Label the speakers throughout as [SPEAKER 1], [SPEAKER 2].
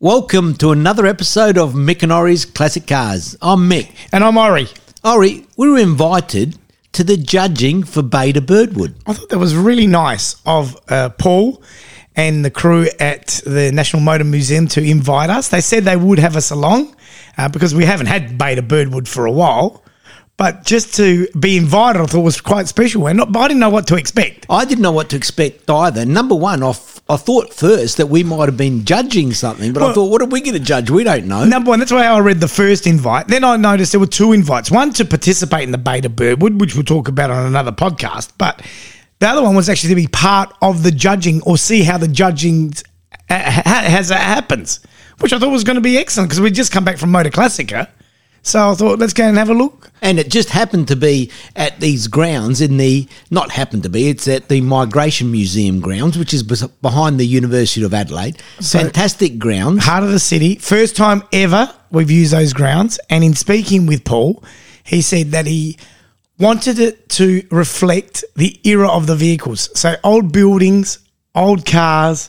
[SPEAKER 1] Welcome to another episode of Mick and Ori's Classic Cars. I'm Mick.
[SPEAKER 2] And I'm Ori.
[SPEAKER 1] Ori, we were invited to the judging for Beta Birdwood.
[SPEAKER 2] I thought that was really nice of uh, Paul and the crew at the National Motor Museum to invite us. They said they would have us along uh, because we haven't had Beta Birdwood for a while. But just to be invited, I thought was quite special, and not, but I didn't know what to expect.
[SPEAKER 1] I didn't know what to expect either. Number one, I, f- I thought first that we might have been judging something, but I
[SPEAKER 2] Well-
[SPEAKER 1] thought, what are we going to judge? We don't know.
[SPEAKER 2] Number one, that's why I read the first invite. Then I noticed there were two invites one to participate in the Beta Birdwood, which we'll talk about on another podcast, but the other one was actually to be part of the judging or see how the judging uh, ha- has that happens, which I thought was going to be excellent because we'd just come back from Motor Classica. So I thought, let's go and have a look.
[SPEAKER 1] And it just happened to be at these grounds in the, not happened to be, it's at the Migration Museum grounds, which is bes- behind the University of Adelaide. Fantastic ground.
[SPEAKER 2] Heart of the City, first time ever we've used those grounds. And in speaking with Paul, he said that he wanted it to reflect the era of the vehicles. So old buildings, old cars,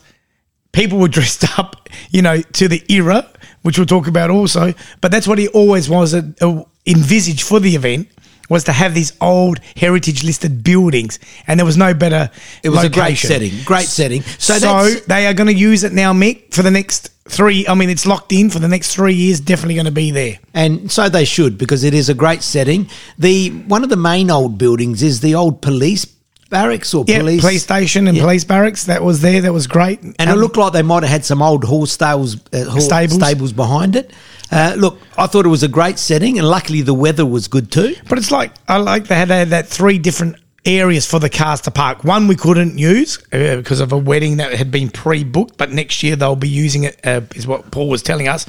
[SPEAKER 2] people were dressed up, you know, to the era, which we'll talk about also. But that's what he always was uh, uh, envisaged for the event. Was to have these old heritage listed buildings, and there was no better.
[SPEAKER 1] It was a great
[SPEAKER 2] location.
[SPEAKER 1] setting. Great setting. So,
[SPEAKER 2] So,
[SPEAKER 1] that's,
[SPEAKER 2] they are going to use it now, Mick, for the next three. I mean, it's locked in for the next three years. Definitely going to be there.
[SPEAKER 1] and so they should because it is a great setting. The one of the main old buildings is the old police barracks or
[SPEAKER 2] Yeah,
[SPEAKER 1] police.
[SPEAKER 2] police, station and police barracks. That was there. That was great.
[SPEAKER 1] and it looked like they might have had some old horse stables, uh, horse stables.
[SPEAKER 2] Stables.
[SPEAKER 1] behind it. Uh, look, I thought it was a great setting, and luckily the weather was good too.
[SPEAKER 2] but it's like I like they had, they had that three different areas for the cars to park. One we couldn't use uh, because of a wedding that had been pre-booked, but next year they'll be using it. Uh, is what Paul was telling us.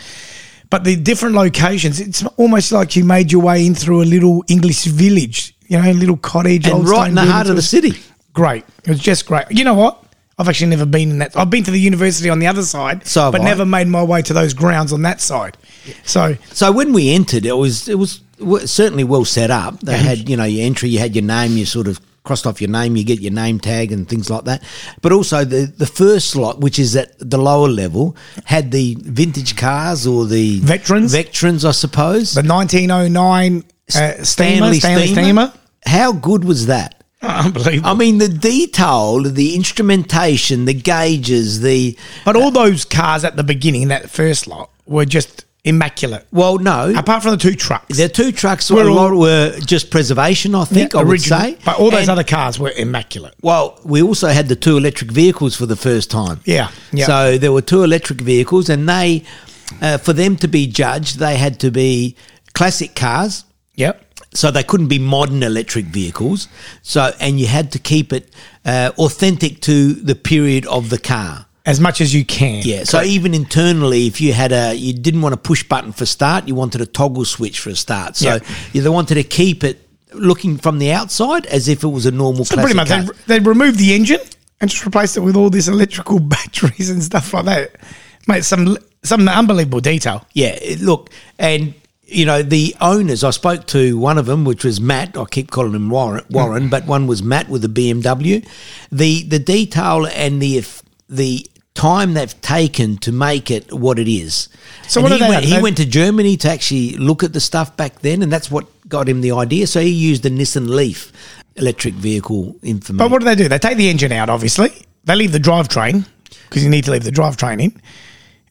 [SPEAKER 2] But the different locations, it's almost like you made your way in through a little English village, you know, a little cottage,
[SPEAKER 1] And
[SPEAKER 2] old
[SPEAKER 1] right
[SPEAKER 2] stone
[SPEAKER 1] in the heart
[SPEAKER 2] buildings.
[SPEAKER 1] of the city.
[SPEAKER 2] great. It was just great. You know what? I've actually never been in that. I've been to the university on the other side,
[SPEAKER 1] So have
[SPEAKER 2] but
[SPEAKER 1] I.
[SPEAKER 2] never made my way to those grounds on that side. So
[SPEAKER 1] So when we entered, it was it was w- certainly well set up. They had you know your entry, you had your name, you sort of crossed off your name, you get your name tag and things like that. But also the the first slot, which is at the lower level, had the vintage cars or the
[SPEAKER 2] Veterans.
[SPEAKER 1] veterans, I suppose.
[SPEAKER 2] the 1909 uh, steamer, Stanley, steamer,
[SPEAKER 1] How good was that?
[SPEAKER 2] unbelievable.
[SPEAKER 1] I mean, the detail, the instrumentation, the gauges, the
[SPEAKER 2] but all those cars at the beginning in that first lot were just immaculate,
[SPEAKER 1] well, no,
[SPEAKER 2] apart from the two trucks.
[SPEAKER 1] the two trucks
[SPEAKER 2] Uh, We're
[SPEAKER 1] were,
[SPEAKER 2] all-
[SPEAKER 1] were just preservation. I think I would
[SPEAKER 2] original.
[SPEAKER 1] say,
[SPEAKER 2] but all those
[SPEAKER 1] And-
[SPEAKER 2] other cars were immaculate.
[SPEAKER 1] Well, we also had the two electric vehicles for the first time.
[SPEAKER 2] Yeah, yeah.
[SPEAKER 1] So there were two electric vehicles, and they, uh, for them to be judged, they had to be classic cars.
[SPEAKER 2] Yep.
[SPEAKER 1] So they couldn't be modern electric vehicles. So and you had to keep it uh, authentic to the period of the car.
[SPEAKER 2] As much as you can.
[SPEAKER 1] Yeah. So even internally, if you had a, you didn't want a push button for start, you wanted a toggle switch for a start. So
[SPEAKER 2] Yeah.
[SPEAKER 1] yeah, they wanted to keep it looking from the outside as if it was a normal.
[SPEAKER 2] So pretty much
[SPEAKER 1] classic
[SPEAKER 2] they,
[SPEAKER 1] car.
[SPEAKER 2] they removed the engine and just replaced it with all these electrical batteries and stuff like that. Mate, some some unbelievable detail.
[SPEAKER 1] yeah, it- look, and you know the owners. I spoke to one of them, which was Matt. I keep calling him Warren, Warren but one was Matt with the BMW. The the detail and the eff- the time they've taken to make it what it is.
[SPEAKER 2] So
[SPEAKER 1] And
[SPEAKER 2] what
[SPEAKER 1] he,
[SPEAKER 2] are they-
[SPEAKER 1] went, he
[SPEAKER 2] they-
[SPEAKER 1] went to Germany to actually look at the stuff back then, and that's what got him the idea. So he used the Nissan Leaf electric vehicle information.
[SPEAKER 2] But what do they do? They take the engine out, obviously. They leave the drivetrain because you need to leave the drivetrain in,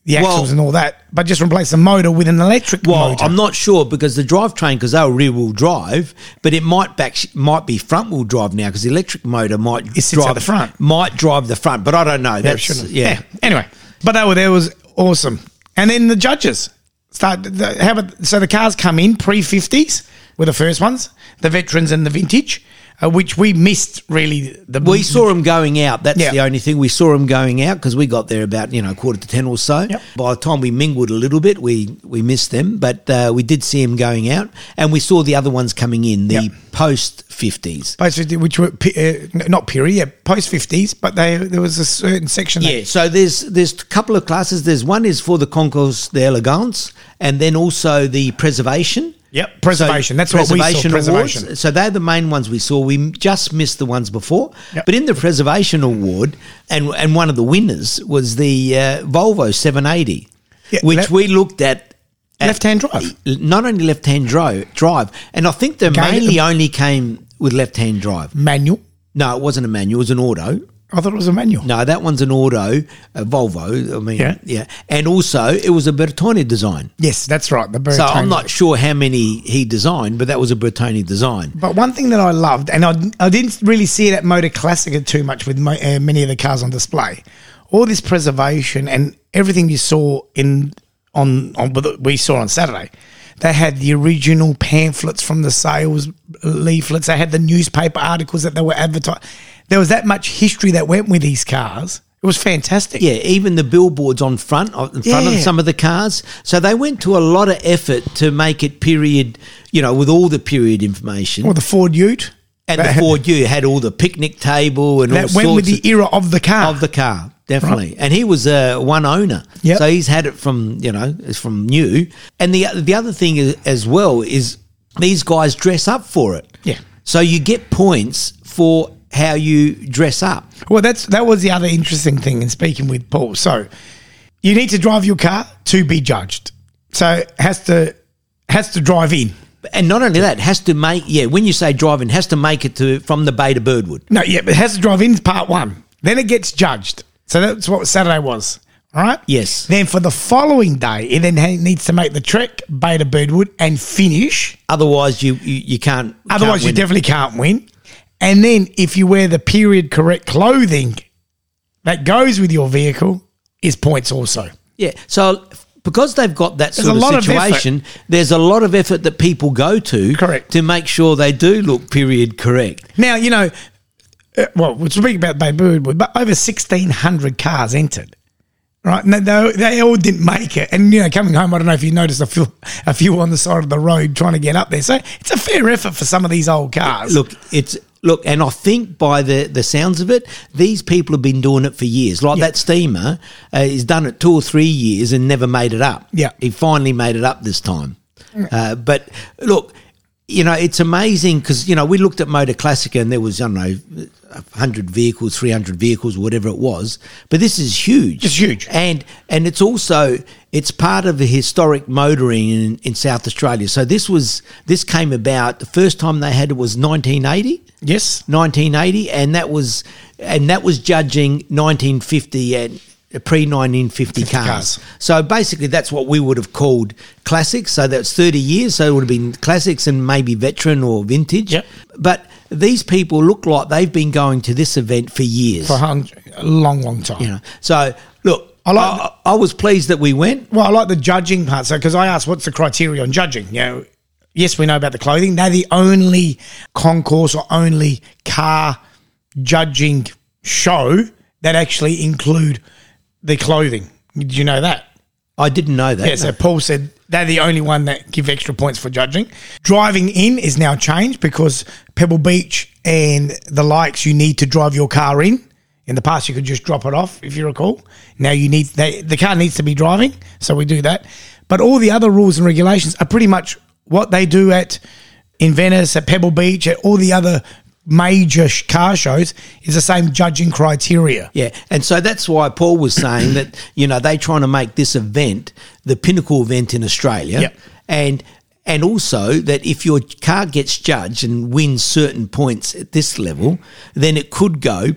[SPEAKER 2] the
[SPEAKER 1] Well-
[SPEAKER 2] axles and all that. But just replace the motor with an electric
[SPEAKER 1] Well,
[SPEAKER 2] motor.
[SPEAKER 1] I'm not sure because the drivetrain, because they were rear wheel drive, but it might back might be front wheel drive now because the electric motor might
[SPEAKER 2] It sits at
[SPEAKER 1] drive
[SPEAKER 2] the front.
[SPEAKER 1] might drive the front, but I don't know.
[SPEAKER 2] They
[SPEAKER 1] That's
[SPEAKER 2] shouldn't have.
[SPEAKER 1] yeah.
[SPEAKER 2] Anyway, but they were there was awesome. And then the judges start. The, how about so the cars come in pre fifties were the first ones, the veterans and the vintage, uh, which we missed really. The
[SPEAKER 1] We saw them going out. That's
[SPEAKER 2] Yeah.
[SPEAKER 1] the only thing we saw them going out because we got there about you know quarter to ten or so.
[SPEAKER 2] Yep.
[SPEAKER 1] By the time we mingled a little bit, we we missed them, but uh, we did see them going out, and we saw the other ones coming in the
[SPEAKER 2] Yep.
[SPEAKER 1] post fifties.
[SPEAKER 2] post 50, which were pe- uh, n- not period, yeah, post 50s, but they there was a certain section. that-
[SPEAKER 1] Yeah, so there's there's a couple of classes. There's one is for the concourse d'elegance, and then also the preservation.
[SPEAKER 2] Yep, preservation. That's what we saw, preservation.
[SPEAKER 1] Awards. So they're the main ones we saw. We m- just missed the ones before,
[SPEAKER 2] Yep.
[SPEAKER 1] but in the preservation award, and and one of the winners was the uh, Volvo 780.
[SPEAKER 2] Yeah,
[SPEAKER 1] which
[SPEAKER 2] left-
[SPEAKER 1] we looked at. at
[SPEAKER 2] Left-hand drive.
[SPEAKER 1] Not only left hand dri- drive, and I think they
[SPEAKER 2] Gain-
[SPEAKER 1] mainly only came with left hand drive.
[SPEAKER 2] Manual.
[SPEAKER 1] No, it wasn't a manual, it was an auto.
[SPEAKER 2] I thought it was a manual.
[SPEAKER 1] No, that one's an auto, a Volvo. I mean,
[SPEAKER 2] Yeah.
[SPEAKER 1] yeah. And also, it was a Bertone design.
[SPEAKER 2] Yes, that's right. The
[SPEAKER 1] So I'm
[SPEAKER 2] Bertone.
[SPEAKER 1] not sure how many he designed, but that was a Bertone design.
[SPEAKER 2] But one thing that I loved, and I, I didn't really see it at Motor Classica too much with mo- uh, many of the cars on display, all this preservation and everything you saw in on on what we saw on Saturday. They had the original pamphlets from the sales leaflets. They had the newspaper articles that they were advertising. There was that much history that went with these cars. It was fantastic.
[SPEAKER 1] Yeah, even the billboards on front on- in front
[SPEAKER 2] Yeah.
[SPEAKER 1] of some of the cars. So they went to a lot of effort to make it period, you know, with all the period information.
[SPEAKER 2] Or the Ford Ute.
[SPEAKER 1] and the
[SPEAKER 2] that-
[SPEAKER 1] Ford U had all the picnic table and all
[SPEAKER 2] that
[SPEAKER 1] sorts
[SPEAKER 2] went with the era of the car.
[SPEAKER 1] of the car, definitely. And he was uh, one owner,
[SPEAKER 2] Yep.
[SPEAKER 1] so he's had it from you know it's from new. And the the other thing is, as well is these guys dress up for it.
[SPEAKER 2] Yeah.
[SPEAKER 1] So you get points for how you dress up.
[SPEAKER 2] Well, that's that was the other interesting thing in speaking with Paul. So, you need to drive your car to be judged. So it has to has to drive in.
[SPEAKER 1] And not only that, it has to make yeah. When you say driving, it has to make it to from the bay to Birdwood.
[SPEAKER 2] No, yeah, but it has to drive in is part one. Then it gets judged. So that's what Saturday was. All right.
[SPEAKER 1] Yes.
[SPEAKER 2] Then for the following day, it then ha- needs to make the trek Beta Birdwood and finish.
[SPEAKER 1] Otherwise, you you, you can't. you
[SPEAKER 2] Otherwise,
[SPEAKER 1] can't
[SPEAKER 2] you
[SPEAKER 1] win it.
[SPEAKER 2] definitely can't win. And then if you wear the period correct clothing that goes with your vehicle, is points also.
[SPEAKER 1] Yeah. So because they've got that
[SPEAKER 2] a
[SPEAKER 1] sort
[SPEAKER 2] lot
[SPEAKER 1] of
[SPEAKER 2] of
[SPEAKER 1] situation, there's a lot of effort that people go to
[SPEAKER 2] Correct.
[SPEAKER 1] to make sure they do look period correct.
[SPEAKER 2] Now, you know, uh, well, we're speaking about Babe Birdwood, but over 1,600 cars entered. Right, no, they, they all didn't make it, and you know, coming home, I don't know if you noticed a few, a few on the side of the road trying to get up there. So it's a fair effort for some of these old cars.
[SPEAKER 1] Look, it's look, and I think by the the sounds of it, these people have been doing it for years. Like that steamer, uh, he's done it two or three years and never made it up.
[SPEAKER 2] Yeah.
[SPEAKER 1] he finally made it up this time. Uh, but look. You know, it's amazing because, you know, we looked at Motor Classica and there was, I don't know, 100 vehicles, 300 vehicles, whatever it was. But this is huge.
[SPEAKER 2] It's huge.
[SPEAKER 1] and and it's also it's part of the historic motoring in, in South Australia. So this was this came about the first time they had it was 1980,
[SPEAKER 2] yes,
[SPEAKER 1] 1980, and that was and that was judging 1950 and pre 1950 cars.
[SPEAKER 2] cars.
[SPEAKER 1] So basically, that's what we would have called classics. So that's 30 years. So it would have been classics and maybe veteran or vintage.
[SPEAKER 2] Yep.
[SPEAKER 1] But these people look like they've been going to this event for years.
[SPEAKER 2] for a hun- a long, long time.
[SPEAKER 1] You know, so look, I,
[SPEAKER 2] I like
[SPEAKER 1] I, was pleased that we went.
[SPEAKER 2] Well, I like the judging part. So, because I asked, what's the criteria on judging? You know, yes, we know about the clothing. They're the only concourse or only car judging show that actually include the clothing. Did you know that?
[SPEAKER 1] I didn't know that.
[SPEAKER 2] Yeah. So Paul said they're the only one that give extra points for judging. Driving in is now changed because Pebble Beach and the likes, you need to drive your car in. In the past, you could just drop it off, if you recall. Now you need they, the car needs to be driving, so we do that. But all the other rules and regulations are pretty much what they do at in Venice, at Pebble Beach, at all the other major sh- car shows. Is the same judging criteria.
[SPEAKER 1] Yeah, and so that's why Paul was saying that you know they trying to make this event the pinnacle event in Australia,
[SPEAKER 2] Yep.
[SPEAKER 1] and and also that if your car gets judged and wins certain points at this level, then it could go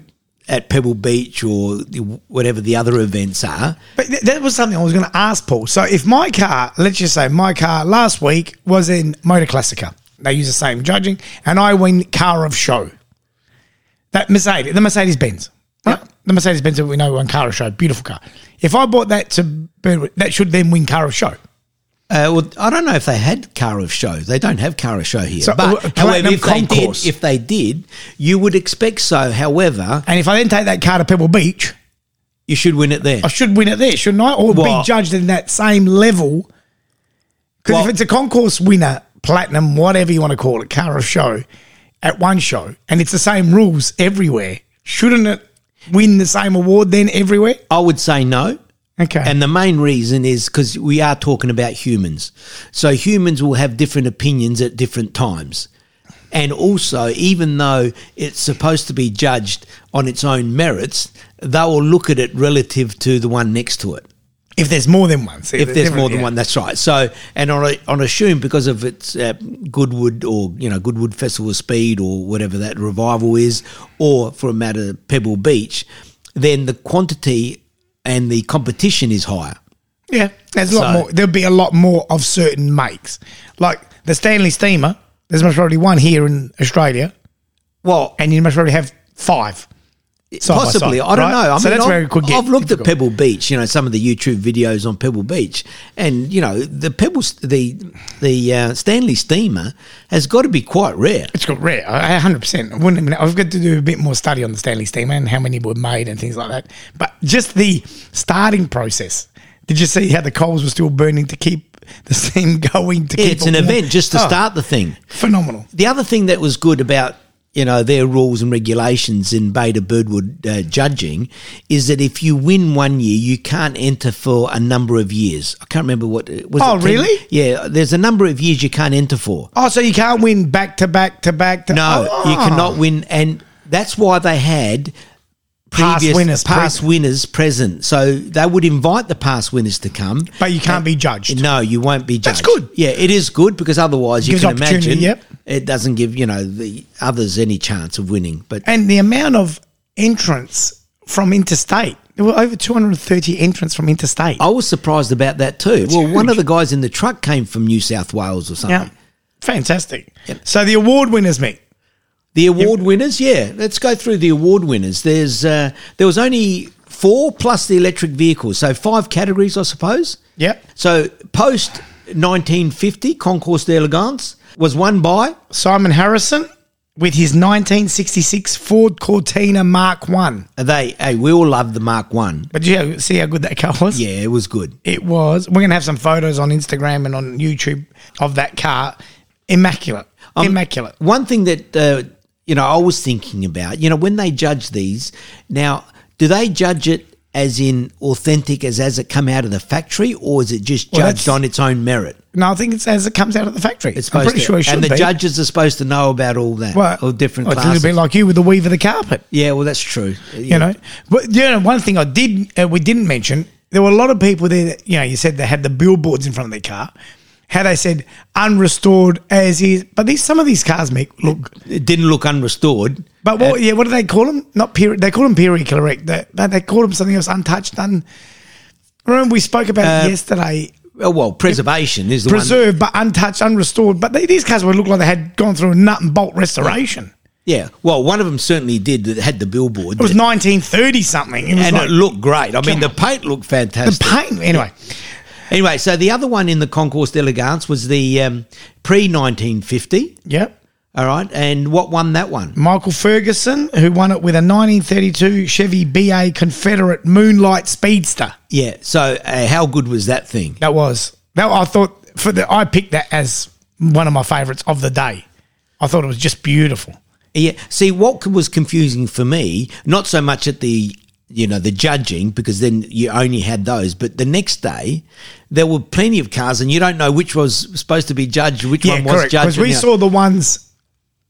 [SPEAKER 1] at Pebble Beach or the, whatever the other events are.
[SPEAKER 2] But th- that was something I was going to ask Paul. So if my car, let's just say my car last week was in Motor Classica, they use the same judging, and I win car of show. That Mercedes, the Mercedes Benz, right? the Mercedes Benz that we know won car of show, beautiful car. If I bought that to Birdwood, that should then win car of show.
[SPEAKER 1] Uh, well, I don't know if they had car of show. They don't have car of show here.
[SPEAKER 2] So, uh,
[SPEAKER 1] but however,
[SPEAKER 2] Platinum
[SPEAKER 1] if they, did,
[SPEAKER 2] Concourse.
[SPEAKER 1] if they did, you would expect so. However,
[SPEAKER 2] And if I then take that car to Pebble Beach,
[SPEAKER 1] you should win it there.
[SPEAKER 2] I should win it there, shouldn't I? Or
[SPEAKER 1] Well-
[SPEAKER 2] be judged in that same level. Because
[SPEAKER 1] Well-
[SPEAKER 2] if it's a concourse winner, platinum, whatever you want to call it, car of show, at one show, and it's the same rules everywhere, shouldn't it win the same award then everywhere?
[SPEAKER 1] I would say no.
[SPEAKER 2] Okay.
[SPEAKER 1] And the main reason is because we are talking about humans. So humans will have different opinions at different times. And also, even though it's supposed to be judged on its own merits, they will look at it relative to the one next to it.
[SPEAKER 2] If there's more than one. See,
[SPEAKER 1] if
[SPEAKER 2] they're
[SPEAKER 1] there's more
[SPEAKER 2] different,
[SPEAKER 1] than
[SPEAKER 2] yeah.
[SPEAKER 1] one, that's right. So, and on, a- on assume because of its uh, Goodwood or you know Goodwood Festival of Speed or whatever that revival is, or for a matter Pebble Beach, then the quantity and the competition is higher.
[SPEAKER 2] Yeah, there's a lot
[SPEAKER 1] So-
[SPEAKER 2] more. There'll be a lot more of certain makes, like the Stanley Steamer. There's most probably one here in Australia,
[SPEAKER 1] Well,
[SPEAKER 2] and you must probably have five. side by
[SPEAKER 1] possibly,
[SPEAKER 2] side,
[SPEAKER 1] I don't
[SPEAKER 2] right?
[SPEAKER 1] know. I
[SPEAKER 2] so
[SPEAKER 1] mean,
[SPEAKER 2] that's
[SPEAKER 1] I've,
[SPEAKER 2] where it could get.
[SPEAKER 1] I've looked at
[SPEAKER 2] difficult.
[SPEAKER 1] Pebble Beach, you know, some of the YouTube videos on Pebble Beach, and you know, the Pebbles, the the uh, Stanley Steamer has got to be quite rare.
[SPEAKER 2] It's got rare. hundred percent. Wouldn't. I mean, I've got to do a bit more study on the Stanley Steamer and how many were made and things like that. But just the starting process. Did you see how the coals were still burning to keep the steam going? To
[SPEAKER 1] Yeah,
[SPEAKER 2] keep
[SPEAKER 1] it's
[SPEAKER 2] it
[SPEAKER 1] an
[SPEAKER 2] warm?
[SPEAKER 1] event just to
[SPEAKER 2] Oh,
[SPEAKER 1] start the thing.
[SPEAKER 2] Phenomenal.
[SPEAKER 1] The other thing that was good about you know their rules and regulations in Beta Birdwood uh, judging is that if you win one year, you can't enter for a number of years. I can't remember what. uh, Was
[SPEAKER 2] Oh,
[SPEAKER 1] it ten-
[SPEAKER 2] really?
[SPEAKER 1] Yeah, there's a number of years you can't enter for.
[SPEAKER 2] Oh, so you can't win back to back to back. To,
[SPEAKER 1] No,
[SPEAKER 2] Oh.
[SPEAKER 1] you cannot win, and that's why they had
[SPEAKER 2] Past
[SPEAKER 1] previous
[SPEAKER 2] winners
[SPEAKER 1] past winners present. So they would invite the past winners to come.
[SPEAKER 2] But you can't be judged.
[SPEAKER 1] No, you won't be judged.
[SPEAKER 2] That's good.
[SPEAKER 1] Yeah, it is good because otherwise you
[SPEAKER 2] Gives
[SPEAKER 1] can
[SPEAKER 2] opportunity,
[SPEAKER 1] imagine
[SPEAKER 2] yep.
[SPEAKER 1] it doesn't give you know the others any chance of winning. But
[SPEAKER 2] And the amount of entrants from interstate, there were over 230 entrants from interstate.
[SPEAKER 1] I was surprised about that too. well, one of the guys in the truck came from New South Wales or something.
[SPEAKER 2] yeah. Fantastic. So the award winners, mate.
[SPEAKER 1] The award winners, yeah. Let's go through the award winners. There's uh, there was only four plus the electric vehicles, so five categories, I suppose.
[SPEAKER 2] Yep.
[SPEAKER 1] So post 1950, Concours d'Elegance was won by
[SPEAKER 2] Simon Harrison with his 1966 Ford Cortina Mark 1.
[SPEAKER 1] they. Hey, we all love the Mark One.
[SPEAKER 2] But yeah, see how good that car was?
[SPEAKER 1] Yeah, it was good.
[SPEAKER 2] It was. We're going to have some photos on Instagram and on YouTube of that car. Immaculate.
[SPEAKER 1] Um,
[SPEAKER 2] Immaculate.
[SPEAKER 1] One thing that uh, you know I was thinking about, you know, when they judge these, now do they judge it? As in authentic as as it come out of the factory, or is it just
[SPEAKER 2] Well,
[SPEAKER 1] judged
[SPEAKER 2] that's-
[SPEAKER 1] on its own merit?
[SPEAKER 2] No, I think it's as it comes out of the factory.
[SPEAKER 1] It's
[SPEAKER 2] I'm
[SPEAKER 1] supposed
[SPEAKER 2] pretty
[SPEAKER 1] to,
[SPEAKER 2] sure it should
[SPEAKER 1] and the
[SPEAKER 2] be.
[SPEAKER 1] judges are supposed to know about all that,
[SPEAKER 2] Well,
[SPEAKER 1] all different
[SPEAKER 2] well, It's a
[SPEAKER 1] classes.
[SPEAKER 2] little bit like you with the weave of the carpet.
[SPEAKER 1] yeah, well, that's true.
[SPEAKER 2] you know. But you know, one thing I did uh, we didn't mention there were a lot of people there. That, you know, you said they had the billboards in front of their car. How they said unrestored as is, but these some of these cars make look.
[SPEAKER 1] it didn't look unrestored.
[SPEAKER 2] But what? yeah, what do they call them? Not period. They call them period correct. They, they, they call them something else, untouched, un. Remember we spoke about
[SPEAKER 1] Uh,
[SPEAKER 2] it yesterday.
[SPEAKER 1] Oh, well, preservation is the one.
[SPEAKER 2] Preserved but untouched, unrestored. But they, these cars would look like they had gone through a nut and bolt restoration.
[SPEAKER 1] Yeah, well, one of them certainly did that had the billboard,
[SPEAKER 2] It was 1930 something. It was
[SPEAKER 1] and
[SPEAKER 2] like
[SPEAKER 1] it looked great. I mean,
[SPEAKER 2] Come
[SPEAKER 1] the paint looked
[SPEAKER 2] the
[SPEAKER 1] fantastic.
[SPEAKER 2] pain. Anyway,
[SPEAKER 1] anyway, so the other one in the Concourse d'Elegance was the um, pre nineteen fifty.
[SPEAKER 2] yep.
[SPEAKER 1] All right, and what won that one?
[SPEAKER 2] Michael Ferguson, who won it with a 1932 Chevy BA Confederate Moonlight Speedster.
[SPEAKER 1] Yeah, so uh, how good was that thing?
[SPEAKER 2] That was that. I thought for the I picked that as one of my favourites of the day. I thought it was just beautiful.
[SPEAKER 1] Yeah. See, what c- was confusing for me, not so much at the you know the judging because then you only had those, but the next day there were plenty of cars, and you don't know which was supposed to be judged, which one was judged.
[SPEAKER 2] Because we
[SPEAKER 1] and the
[SPEAKER 2] saw the ones.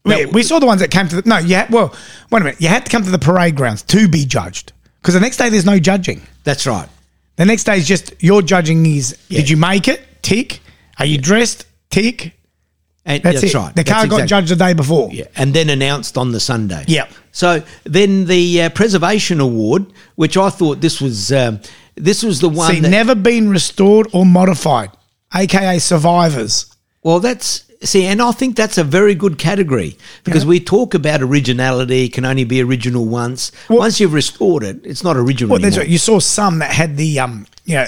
[SPEAKER 2] We,
[SPEAKER 1] No.
[SPEAKER 2] we saw the ones that came to the no. Yeah, well, wait a minute. You had to come to the parade grounds to be judged because the next day there's no judging.
[SPEAKER 1] other. That's right.
[SPEAKER 2] The next day is just your judging is
[SPEAKER 1] Yeah.
[SPEAKER 2] did you make it? Tick. Are you dressed? Tick.
[SPEAKER 1] And
[SPEAKER 2] That's,
[SPEAKER 1] that's,
[SPEAKER 2] it.
[SPEAKER 1] right.
[SPEAKER 2] The
[SPEAKER 1] That's
[SPEAKER 2] car got
[SPEAKER 1] exact-
[SPEAKER 2] judged the day before.
[SPEAKER 1] Yeah, and then announced on the Sunday.
[SPEAKER 2] Yeah.
[SPEAKER 1] So then the uh, preservation award, which I thought this was um, this was the one.
[SPEAKER 2] See,
[SPEAKER 1] that,
[SPEAKER 2] never been restored or modified, aka survivors.
[SPEAKER 1] Well, that's see, and I think that's a very good category because we talk about originality can only be original once. once you've restored it, it's not original
[SPEAKER 2] Well, that's
[SPEAKER 1] anymore.
[SPEAKER 2] right. You saw some that had the um, you know,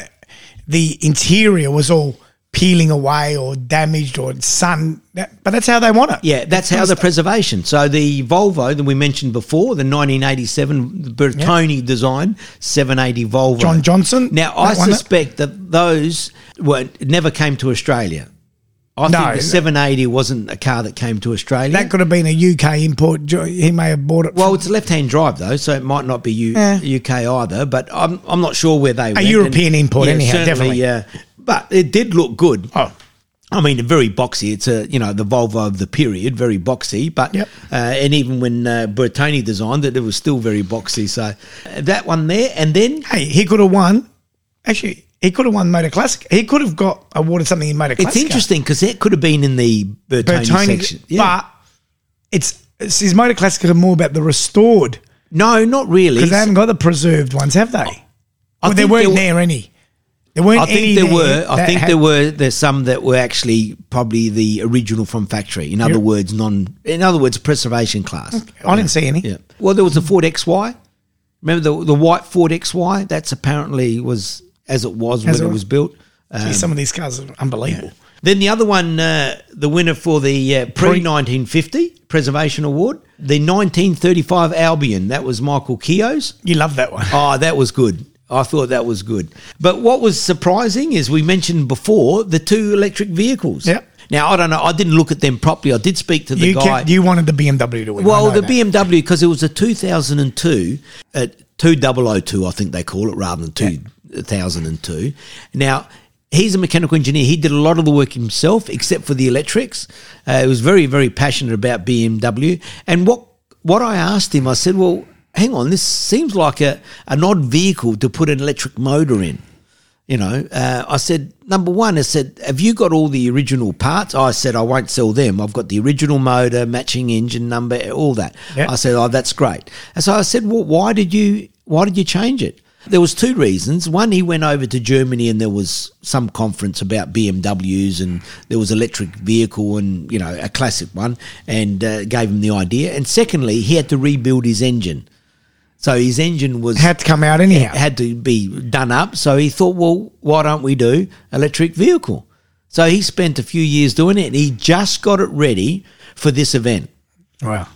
[SPEAKER 2] the interior was all peeling away or damaged or sun. that- but that's how they want it.
[SPEAKER 1] Yeah, that's how the preservation. So the Volvo that we mentioned before, the 1987 Bertone design 780 Volvo.
[SPEAKER 2] John Johnson,
[SPEAKER 1] Now
[SPEAKER 2] that
[SPEAKER 1] I
[SPEAKER 2] one, that-
[SPEAKER 1] suspect that those were never came to Australia. I
[SPEAKER 2] No,
[SPEAKER 1] think
[SPEAKER 2] no.
[SPEAKER 1] the 780 wasn't a car that came to Australia.
[SPEAKER 2] That could have been a UK import. Jo- He may have bought it.
[SPEAKER 1] well,
[SPEAKER 2] from-
[SPEAKER 1] it's left-hand drive though, so it might not be U-
[SPEAKER 2] Yeah.
[SPEAKER 1] UK either. But I'm I'm not sure where they a
[SPEAKER 2] European import anyhow, definitely.
[SPEAKER 1] Yeah, but it did look good.
[SPEAKER 2] oh,
[SPEAKER 1] I mean, very boxy. It's a you know the Volvo of the period, very boxy. But
[SPEAKER 2] Yep.
[SPEAKER 1] uh, and even when uh, Bertone designed it, it was still very boxy. So uh, that one there, and then
[SPEAKER 2] hey, he could have won. Actually, He could have won Motor Classic. He could have got awarded something in Motor Classic.
[SPEAKER 1] It's interesting because that could have been in the Bertoni, section. Yeah.
[SPEAKER 2] But it's, it's is Motor Classic are more about the restored
[SPEAKER 1] no, not really.
[SPEAKER 2] because they haven't got the preserved ones, have they? well, there
[SPEAKER 1] think
[SPEAKER 2] weren't
[SPEAKER 1] there-
[SPEAKER 2] there any. There weren't.
[SPEAKER 1] I
[SPEAKER 2] any
[SPEAKER 1] think there were. I
[SPEAKER 2] that
[SPEAKER 1] think
[SPEAKER 2] had-
[SPEAKER 1] there were. There's some that were actually probably the original from factory. In other
[SPEAKER 2] Yep.
[SPEAKER 1] words, non. In other words, preservation class.
[SPEAKER 2] I didn't see any.
[SPEAKER 1] Yeah. Well, there was a Ford XY. Remember the the white Ford XY? That's apparently was as it was
[SPEAKER 2] As
[SPEAKER 1] when
[SPEAKER 2] it
[SPEAKER 1] it
[SPEAKER 2] was.
[SPEAKER 1] was built. Uh,
[SPEAKER 2] Gee, some of these cars are unbelievable.
[SPEAKER 1] Then the other one, uh, the winner for the uh, pre 1950 Preservation Award, the 1935 Albion. That was Michael Keogh's.
[SPEAKER 2] You love that one.
[SPEAKER 1] Oh, that was good. I thought that was good. But what was surprising is we mentioned before the two electric vehicles.
[SPEAKER 2] Yep.
[SPEAKER 1] Now I don't know. I didn't look at them properly. I did speak to the
[SPEAKER 2] you
[SPEAKER 1] guy.
[SPEAKER 2] kept, you wanted the BMW to win. I
[SPEAKER 1] well, the
[SPEAKER 2] know that.
[SPEAKER 1] BMW because it was a 2002 at 2002, I think they call it, rather than 2002. Now. He's a mechanical engineer. He did a lot of the work himself, except for the electrics. Uh, he was very, very passionate about BMW. And what what I asked him, I said, "Well, hang on. This seems like a an odd vehicle to put an electric motor in." you know, uh, I said, number one, I said, have you got all the original parts? I said, I won't sell them. I've got the original motor, matching engine number, all that.
[SPEAKER 2] Yeah.
[SPEAKER 1] I said, oh, that's great. And so I said, well, why did you, why did you change it? There was two reasons. One, he went over to Germany and there was some conference about BMWs and there was electric vehicle and, you know, a classic one and uh, gave him the idea. And secondly, he had to rebuild his engine. So his engine was
[SPEAKER 2] had to come out anyhow.
[SPEAKER 1] had to be done up. So he thought, well, why don't we do electric vehicle? So he spent a few years doing it. And he just got it ready for this event.
[SPEAKER 2] Wow.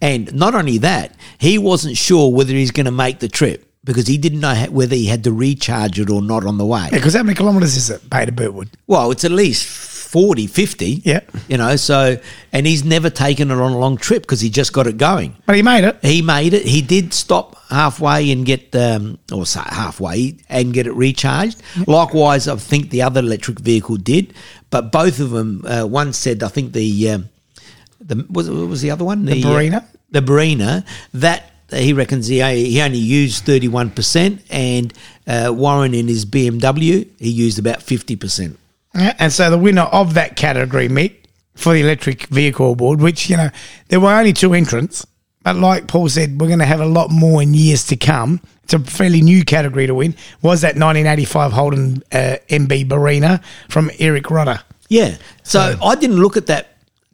[SPEAKER 1] And not only that, he wasn't sure whether he's going to make the trip because he didn't know ha- whether he had to recharge it or not on the way.
[SPEAKER 2] Because how many kilometres is it, Beta Burtwood?
[SPEAKER 1] Well, it's at least 40, 50.
[SPEAKER 2] Yeah.
[SPEAKER 1] You know, so, and he's never taken it on a long trip because he just got it going.
[SPEAKER 2] But he made it.
[SPEAKER 1] He made it. He did stop halfway and get, um, or say halfway and get it recharged. Likewise, I think the other electric vehicle did, but both of them. Uh, one said, I think the um, the was what was the other one the, uh,
[SPEAKER 2] Barina?
[SPEAKER 1] the Barina that. He reckons he, he only used 31%, and uh, Warren in his BMW, he used about 50%.
[SPEAKER 2] Yeah, And so the winner of that category, Mick, for the electric vehicle award, which, you know, there were only two entrants. But like Paul said, we're going to have a lot more in years to come. It's a fairly new category to win. Was that 1985 Holden uh, MB Barina from Eric Rodder?
[SPEAKER 1] Yeah. So, I didn't look at that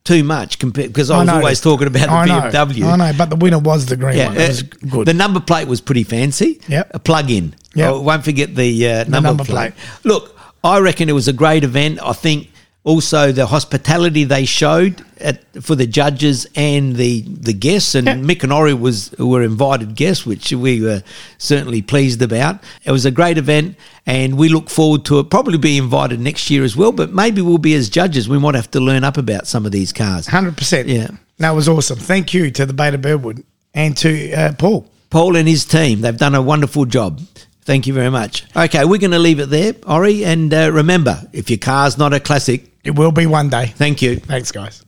[SPEAKER 1] too much compared because I was
[SPEAKER 2] know.
[SPEAKER 1] always talking about the
[SPEAKER 2] I know,
[SPEAKER 1] BMW.
[SPEAKER 2] I know, but the winner was the green one.
[SPEAKER 1] uh,
[SPEAKER 2] It was good.
[SPEAKER 1] The number plate was pretty fancy.
[SPEAKER 2] Yep.
[SPEAKER 1] A plug in.
[SPEAKER 2] Yep.
[SPEAKER 1] I won't forget the, uh, number,
[SPEAKER 2] number plate.
[SPEAKER 1] plate. Look, I reckon it was a great event. I think also the hospitality they showed at, for the judges and the, the guests, and
[SPEAKER 2] Yeah.
[SPEAKER 1] Mick and Ori was were invited guests, which we were certainly pleased about. It was a great event, and we look forward to it. Probably be invited next year as well, but maybe we'll be as judges. We might have to learn up about some of these cars.
[SPEAKER 2] Hundred percent.
[SPEAKER 1] Yeah.
[SPEAKER 2] that was awesome. Thank you to the Beta Birdwood and to uh, Paul.
[SPEAKER 1] Paul and his team, they've done a wonderful job. Thank you very much. Okay, we're going to leave it there, Ori. And uh, remember, if your car's not a classic,
[SPEAKER 2] It will be one day.
[SPEAKER 1] thank you.
[SPEAKER 2] Thanks, guys.